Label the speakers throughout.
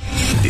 Speaker 1: The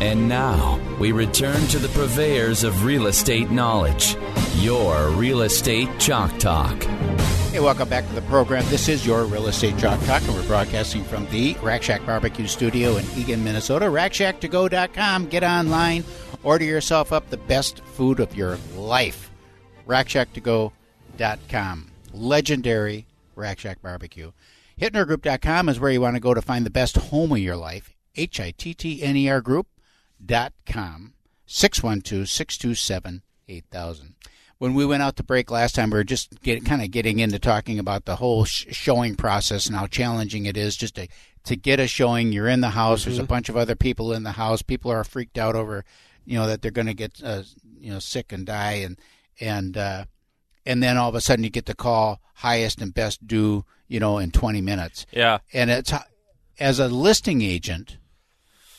Speaker 2: And now we return to the purveyors of real estate knowledge, your real estate chalk talk.
Speaker 3: Hey, welcome back to the program. This is your Real Estate Chalk Talk, and we're broadcasting from the Rack Shack Barbecue Studio in Eagan, Minnesota. RackShackToGo.com. Get online, order yourself up the best food of your life. RackShackToGo.com. Legendary Rack Shack Barbecue. HittnerGroup.com is where you want to go to find the best home of your life. H I T T N E R Group.com. 612 627 8000 when we went out to break last time, we were just get, kind of getting into talking about the whole sh- showing process and how challenging it is just to to get a showing. You're in the house. There's a bunch of other people in the house. People are freaked out over, you know, that they're going to get uh, you know sick and die, and and uh, and then all of a sudden you get the call highest and best due, you know, in 20 minutes.
Speaker 4: Yeah.
Speaker 3: And it's as a listing agent,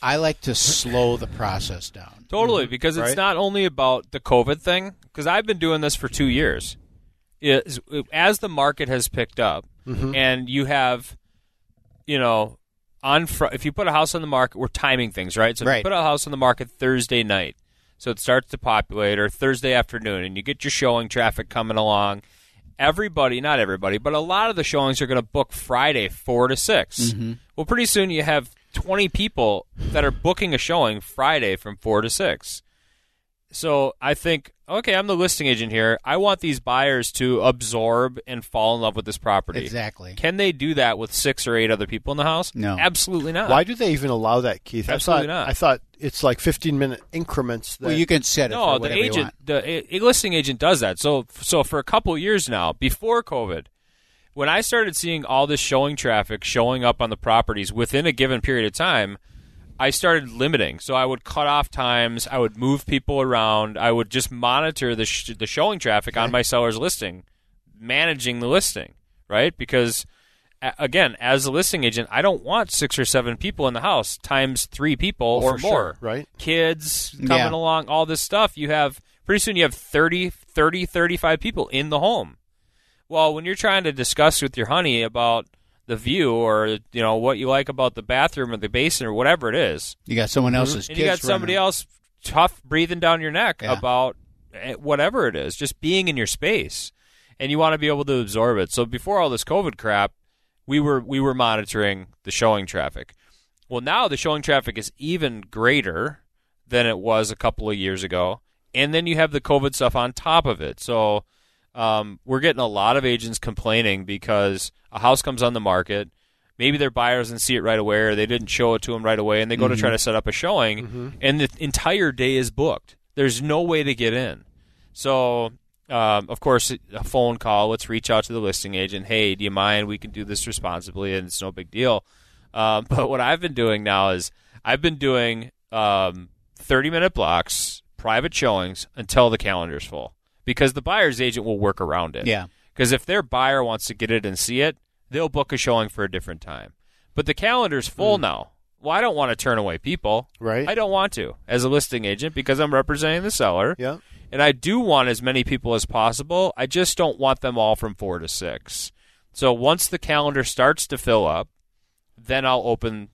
Speaker 3: I like to slow the process down.
Speaker 4: Totally, because it's
Speaker 3: Right?
Speaker 4: not only about the COVID thing. Because I've been doing this for two years. Is as the market has picked up, and you have, you know, on fr- if you put a house on the market, we're timing things right. So if
Speaker 3: Right.
Speaker 4: you put a house on the market Thursday night, so it starts to populate, or Thursday afternoon, and you get your showing traffic coming along. Everybody, not everybody, but a lot of the showings are going to book Friday four to 6 Well, pretty soon you have twenty people that are booking a showing Friday from four to six. So I think, okay, I'm the listing agent here. I want these buyers to absorb and fall in love with this property.
Speaker 3: Exactly.
Speaker 4: Can they do that with six or eight other people in the house?
Speaker 3: No.
Speaker 4: Absolutely not.
Speaker 5: Why do they even allow that, Keith?
Speaker 4: Absolutely
Speaker 5: I thought
Speaker 4: not.
Speaker 5: I thought it's like 15 minute increments. That,
Speaker 3: Well, you can set it
Speaker 4: no,
Speaker 3: for
Speaker 4: the
Speaker 3: whatever you
Speaker 4: agent,
Speaker 3: want.
Speaker 4: the a, a listing agent does that. So, so for a couple years now, before COVID, when I started seeing all this showing traffic showing up on the properties within a given period of time, I started limiting. So I would cut off times. I would move people around. I would just monitor the sh- the showing traffic on my seller's listing, managing the listing, right? Because a- again, as a listing agent, I don't want six or seven people in the house times three people
Speaker 5: Well,
Speaker 4: or
Speaker 5: for
Speaker 4: more,
Speaker 5: sure, right?
Speaker 4: Kids coming
Speaker 3: Yeah.
Speaker 4: along, all this stuff. You have pretty soon you have 30, 30, 35 people in the home. Well, when you're trying to discuss with your honey about the view or you know what you like about the bathroom or the basin or whatever it is,
Speaker 3: You got someone else's
Speaker 4: Mm-hmm. and
Speaker 3: kids.
Speaker 4: you got somebody
Speaker 3: running-
Speaker 4: else tough breathing down your neck
Speaker 3: Yeah.
Speaker 4: about eh, whatever it is, just being in your space, and you want to be able to absorb it. So before all this COVID crap, we were we were monitoring the showing traffic. Well, now the showing traffic is even greater than it was a couple of years ago, and then you have the COVID stuff on top of it. So um, we're getting a lot of agents complaining because a house comes on the market. Maybe their buyer doesn't see it right away, or they didn't show it to them right away, and they go to try to set up a showing, and the entire day is booked. There's no way to get in. So, um, of course, a phone call. Let's reach out to the listing agent. Hey, do you mind? We can do this responsibly, and it's no big deal. Um, but what I've been doing now is I've been doing um, 30 minute blocks, private showings until the calendar's full because the buyer's agent will work around it.
Speaker 3: Yeah.
Speaker 4: Because if their buyer wants to get it and see it, they'll book a showing for a different time. But the calendar's full now. Well, I don't want to turn away people.
Speaker 5: Mm. Right.
Speaker 4: I don't want to as a listing agent because I'm representing the seller.
Speaker 5: Yeah.
Speaker 4: And I do want as many people as possible. I just don't want them all from four to six. So once the calendar starts to fill up, then I'll open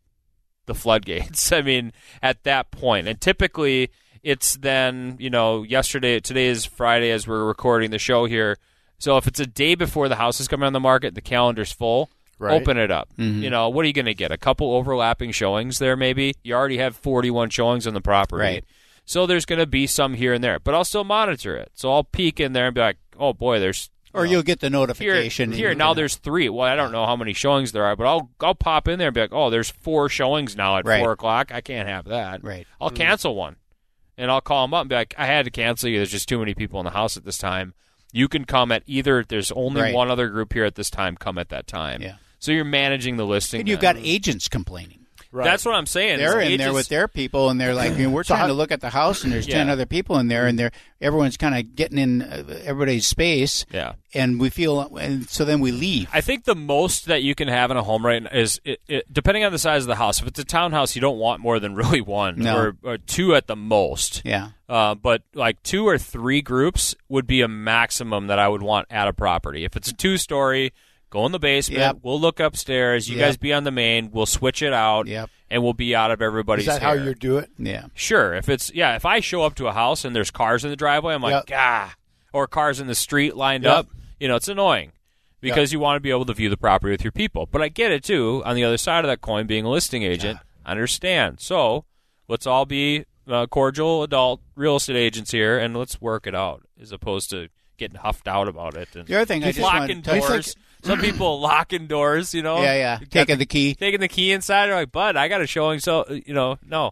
Speaker 4: the floodgates. I mean, at that point, and typically it's then you know yesterday. Today is Friday as we're recording the show here. So if it's a day before the house is coming on the market, the calendar's full.
Speaker 5: Right.
Speaker 4: Open it up. You know what are you going to get? A couple overlapping showings there, maybe. You already have forty-one showings on the property,
Speaker 3: Right.
Speaker 4: so there's going to be some here and there. But I'll still monitor it. So I'll peek in there and be like, "Oh boy, there's
Speaker 3: Or you'll get the
Speaker 4: here,
Speaker 3: notification. and
Speaker 4: here
Speaker 3: you
Speaker 4: now
Speaker 3: can-
Speaker 4: there's three. Well, I don't know how many showings there are, but I'll I'll pop in there and be like, oh, there's four showings now at
Speaker 3: Right.
Speaker 4: four o'clock. I can't have that.
Speaker 3: Right.
Speaker 4: I'll cancel one, and I'll call them up and be like, I had to cancel you. There's just too many people in the house at this time. You can come at either. There's only
Speaker 3: Right.
Speaker 4: one other group here at this time. Come at that time.
Speaker 3: Yeah.
Speaker 4: So you're managing the listing.
Speaker 3: And you've
Speaker 4: then.
Speaker 3: got agents complaining.
Speaker 5: Right.
Speaker 4: That's what I'm saying.
Speaker 3: they're
Speaker 4: is
Speaker 3: in there
Speaker 4: agents-
Speaker 3: with their people, and they're like, you know, we're trying to look at the house, and there's ten
Speaker 4: Yeah.
Speaker 3: other people in there, and they're everyone's kind of getting in uh, everybody's space,
Speaker 4: Yeah.
Speaker 3: and we feel, and so then we leave.
Speaker 4: I think the most that you can have in a home right now is it, it, depending on the size of the house. If it's a townhouse, you don't want more than really one
Speaker 3: No.
Speaker 4: or, or two at the most.
Speaker 3: yeah,
Speaker 4: Uh, but like two or three groups would be a maximum that I would want at a property. If it's a two story, go in the basement.
Speaker 3: Yep.
Speaker 4: We'll look upstairs. You
Speaker 3: Yep.
Speaker 4: guys be on the main. We'll switch it out.
Speaker 3: Yep.
Speaker 4: And we'll be out of everybody's.
Speaker 5: Is that how
Speaker 4: hair.
Speaker 5: you do it?
Speaker 3: yeah.
Speaker 4: Sure. If it's yeah, if I show up to a house and there's cars in the driveway, I'm like,
Speaker 5: Yep.
Speaker 4: ah, or cars in the street lined
Speaker 5: Yep.
Speaker 4: up. You know, it's annoying because you want to be able to view the property with your people. But I get it too. On the other side of that coin, being a listing agent, I understand. So let's all be uh, cordial adult real estate agents here, and let's work it out as opposed to getting huffed out about it. And
Speaker 3: The other thing I just wanted
Speaker 4: locking
Speaker 3: to touch-
Speaker 4: doors. Some people locking doors. You know.
Speaker 3: Yeah, yeah.
Speaker 4: You got
Speaker 3: Taking the key.
Speaker 4: taking the key inside. They're like, bud, I got a showing. So uh, you know, no,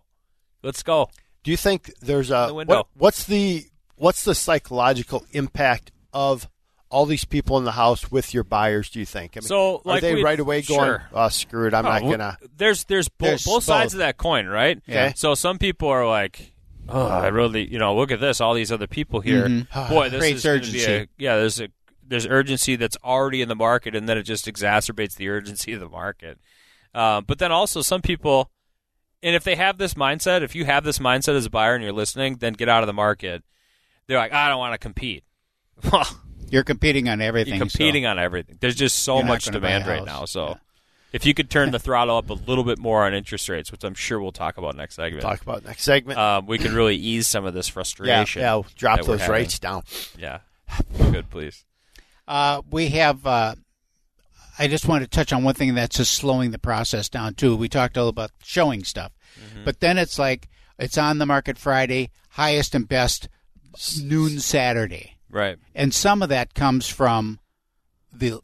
Speaker 4: let's go.
Speaker 5: Do you think there's
Speaker 4: The
Speaker 5: a
Speaker 4: window.
Speaker 5: what- what's the what's the psychological impact of all these people in the house with your buyers? Do you think? I mean,
Speaker 4: So,
Speaker 5: are
Speaker 4: like
Speaker 5: they
Speaker 4: we-
Speaker 5: right away going,
Speaker 4: sure.
Speaker 5: "Oh, screw it, I'm not
Speaker 4: Oh,
Speaker 5: gonna."
Speaker 4: There's there's, bo-
Speaker 5: There's
Speaker 4: both sides
Speaker 5: both.
Speaker 4: of that coin, right?
Speaker 5: Okay.
Speaker 4: So some people are like, oh, I really, you know, look at this, all these other people here.
Speaker 5: Mm-hmm.
Speaker 4: Boy, this
Speaker 3: Creates
Speaker 4: is going to be a
Speaker 3: urgency.
Speaker 4: yeah. There's a there's urgency that's already in the market, and then it just exacerbates the urgency of the market. Uh, but then also some people, and if they have this mindset, if you have this mindset as a buyer and you're listening, then get out of the market. They're like, I don't want to compete. Well,
Speaker 3: You're competing on everything.
Speaker 4: you're competing
Speaker 3: so.
Speaker 4: on everything. There's just so
Speaker 3: You're not
Speaker 4: much
Speaker 3: gonna buy a
Speaker 4: demand right
Speaker 3: house.
Speaker 4: now. So
Speaker 3: Yeah.
Speaker 4: if you could turn the throttle up a little bit more on interest rates, which I'm sure we'll talk about next segment,
Speaker 5: Talk about next segment.
Speaker 4: um, we could really ease some of this
Speaker 5: yeah,
Speaker 4: frustration.
Speaker 5: yeah, drop
Speaker 4: that we're
Speaker 5: those
Speaker 4: having.
Speaker 5: rates down.
Speaker 4: Yeah. Feel good, please.
Speaker 3: Uh, we have. Uh, I just want to touch on one thing that's just slowing the process down too. We talked all about showing stuff,
Speaker 4: Mm-hmm.
Speaker 3: but then it's like it's on the market Friday, highest and best noon Saturday,
Speaker 4: Right.
Speaker 3: and some of that comes from the.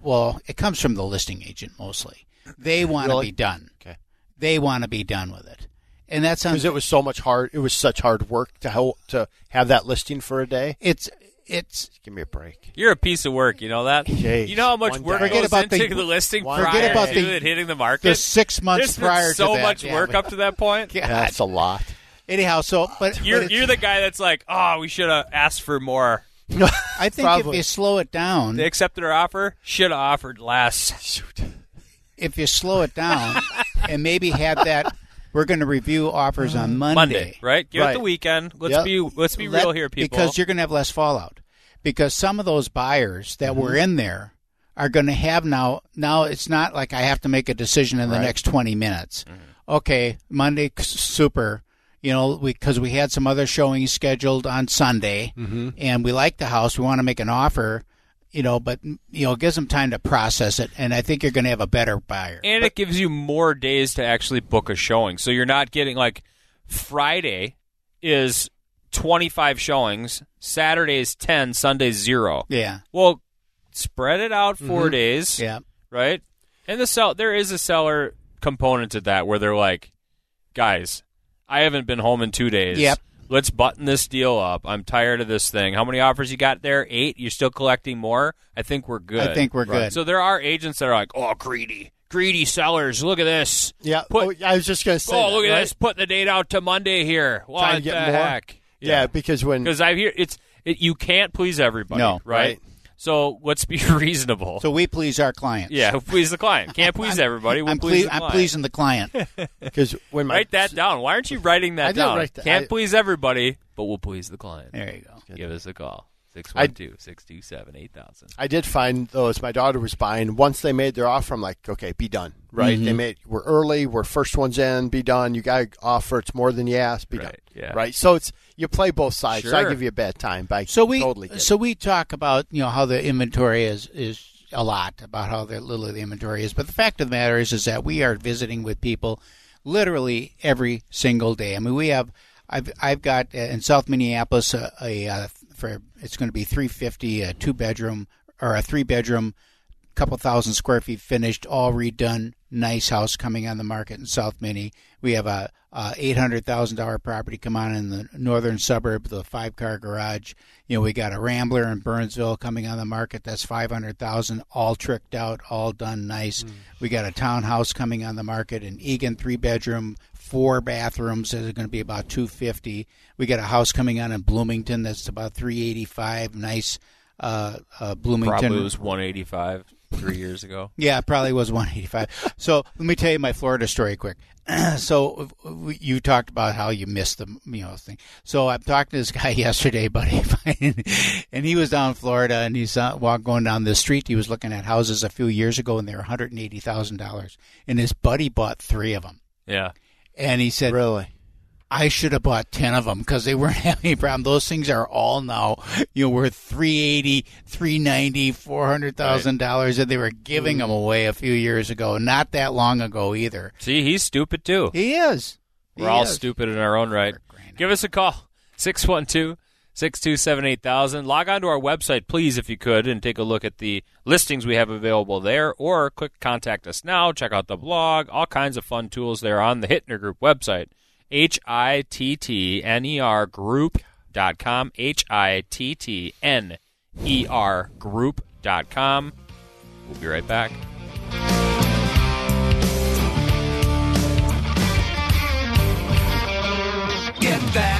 Speaker 3: Well, it comes from the listing agent mostly. They want to
Speaker 5: Really?
Speaker 3: be done.
Speaker 5: Okay.
Speaker 3: They want to be done with it, and that's on
Speaker 5: because it was so much hard. It was such hard work to help, to have that listing for a day.
Speaker 3: it's it's
Speaker 5: Give me a break.
Speaker 4: You're a piece of work. You know that.
Speaker 5: Jeez.
Speaker 4: you know how much
Speaker 5: One
Speaker 4: work
Speaker 5: day.
Speaker 4: goes
Speaker 3: Forget about
Speaker 4: into
Speaker 3: the-
Speaker 4: the, listing
Speaker 5: one
Speaker 4: prior
Speaker 5: day.
Speaker 3: about
Speaker 4: to
Speaker 3: the-
Speaker 4: it hitting the market.
Speaker 3: the six months
Speaker 4: There's been
Speaker 3: prior to
Speaker 4: so
Speaker 3: that.
Speaker 4: much
Speaker 3: Yeah,
Speaker 4: work
Speaker 3: but-
Speaker 4: up to that point.
Speaker 5: That's a lot.
Speaker 3: Anyhow, so but
Speaker 4: You're
Speaker 3: but it's-
Speaker 4: you're the guy that's like, oh, we should have asked for more.
Speaker 3: I think if
Speaker 5: Probably.
Speaker 3: you slow it down,
Speaker 4: They accepted our offer. Should have offered less.
Speaker 3: if you slow it down, and maybe have that, we're going to review offers on Monday.
Speaker 4: Monday, right? Give it the
Speaker 5: Right.
Speaker 4: weekend. Let's
Speaker 5: Yep.
Speaker 4: be let's be
Speaker 3: Let-
Speaker 4: real here, people.
Speaker 3: Because you're going to have less fallout. Because some of those buyers that
Speaker 4: Mm-hmm.
Speaker 3: were in there are going to have now. Now it's not like I have to make a decision in the next 20 minutes.
Speaker 4: Mm-hmm.
Speaker 3: Okay, Monday, s- super. You know, because we, had some other showings scheduled on Sunday,
Speaker 4: Mm-hmm.
Speaker 3: and we like the house. We want to make an offer. You know, but you know, it gives them time to process it, and I think you're going to have a better buyer.
Speaker 4: and it gives you more days to actually book a showing. So you're not getting like Friday is 25 showings, Saturday is 10, Sunday is 0.
Speaker 3: yeah, Mm-hmm.
Speaker 4: Well, spread it out 4 days,
Speaker 3: yeah.
Speaker 4: right? And the sell there is a seller component to that where they're like, "Guys, I haven't been home in 2 days."
Speaker 3: Yep.
Speaker 4: Let's button this deal up. I'm tired of this thing. How many offers you got there? 8. You're still collecting more? I think we're good.
Speaker 3: I think we're good.
Speaker 4: So there are agents that are like, oh, greedy, greedy sellers. Look at this.
Speaker 5: Yeah.
Speaker 4: Put,
Speaker 5: oh, I was just gonna say.
Speaker 4: oh,
Speaker 5: that,
Speaker 4: look at
Speaker 5: right?
Speaker 4: this. Put the date out to Monday here. What
Speaker 5: Trying to
Speaker 4: the
Speaker 5: get more.
Speaker 4: heck?
Speaker 5: Yeah, because when
Speaker 4: because I hear it's it, you can't please everybody.
Speaker 3: No.
Speaker 4: right.
Speaker 5: Right.
Speaker 4: So let's be reasonable.
Speaker 3: So we please our clients.
Speaker 4: yeah, please the client. Can't please everybody. We'll
Speaker 3: I'm,
Speaker 4: please
Speaker 3: ple-
Speaker 4: the
Speaker 3: I'm
Speaker 4: client.
Speaker 3: pleasing the client.
Speaker 5: because when my
Speaker 4: Write that down. Why aren't you writing that
Speaker 5: I didn't
Speaker 4: down?
Speaker 5: write that.
Speaker 4: Can't
Speaker 5: I-
Speaker 4: please everybody, but we'll please the client.
Speaker 3: There you go.
Speaker 4: Give us a call. 612
Speaker 5: 612
Speaker 4: 627 8000.
Speaker 5: I did find though, as my daughter was buying, once they made their offer, I'm like, okay, be done. Right?
Speaker 4: Mm-hmm.
Speaker 5: They made we're early, we're first ones in, be done. You got to offer, it's more than you asked, be
Speaker 4: Right,
Speaker 5: done.
Speaker 4: yeah.
Speaker 5: Right? So it's you play both sides. So I
Speaker 4: Sure.
Speaker 5: give you a bad time by
Speaker 3: So we
Speaker 5: totally get it.
Speaker 3: so we talk about you know how the inventory is is a lot about how the- little the inventory is, but the fact of the matter is is that we are visiting with people literally every single day. I mean, we have I've I've got uh, in South Minneapolis a, a uh, for it's going to be three fifty a two bedroom or a three bedroom couple thousand square feet finished, all redone, nice house coming on the market in South Minnie. We have a, a eight hundred thousand dollar property come on in the northern suburb, the five car garage. You know, we got a Rambler in Burnsville coming on the market. That's five hundred thousand, all tricked out, all done nice.
Speaker 4: Mm.
Speaker 3: We got a townhouse coming on the market in Egan, three bedroom, four bathrooms. That's going to be about two fifty. We got a house coming on in Bloomington that's about three eighty five. Nice. Uh, uh, Bloomington
Speaker 4: Probably was 185 three years ago.
Speaker 3: yeah, it probably was 185. So let me tell you my Florida story quick. so w- w- you talked about how you missed the you know thing. So I'm talking to this guy yesterday, buddy, and he was down in Florida and he's uh, walk going down the street. He was looking at houses a few years ago and they were 180 thousand dollars, and his buddy bought three of them.
Speaker 4: Yeah.
Speaker 3: And he said,
Speaker 5: Really?
Speaker 3: I should have bought ten of them because they weren't having any problem. Those things are all now, you know, worth three eighty, three ninety, four hundred thousand dollars, and they were giving them away a few years ago, not that long ago either.
Speaker 4: See, he's stupid too.
Speaker 3: He is. He
Speaker 4: We're all
Speaker 3: is.
Speaker 4: stupid in our own right. Give us a call 612 627 8000. Log on to our website, please, if you could, and take a look at the listings we have available there, or click contact us now. Check out the blog, all kinds of fun tools there on the Hittner Group website. H I T T N E R group.com. H I T T N E R group.com. We'll be right back.
Speaker 6: Get that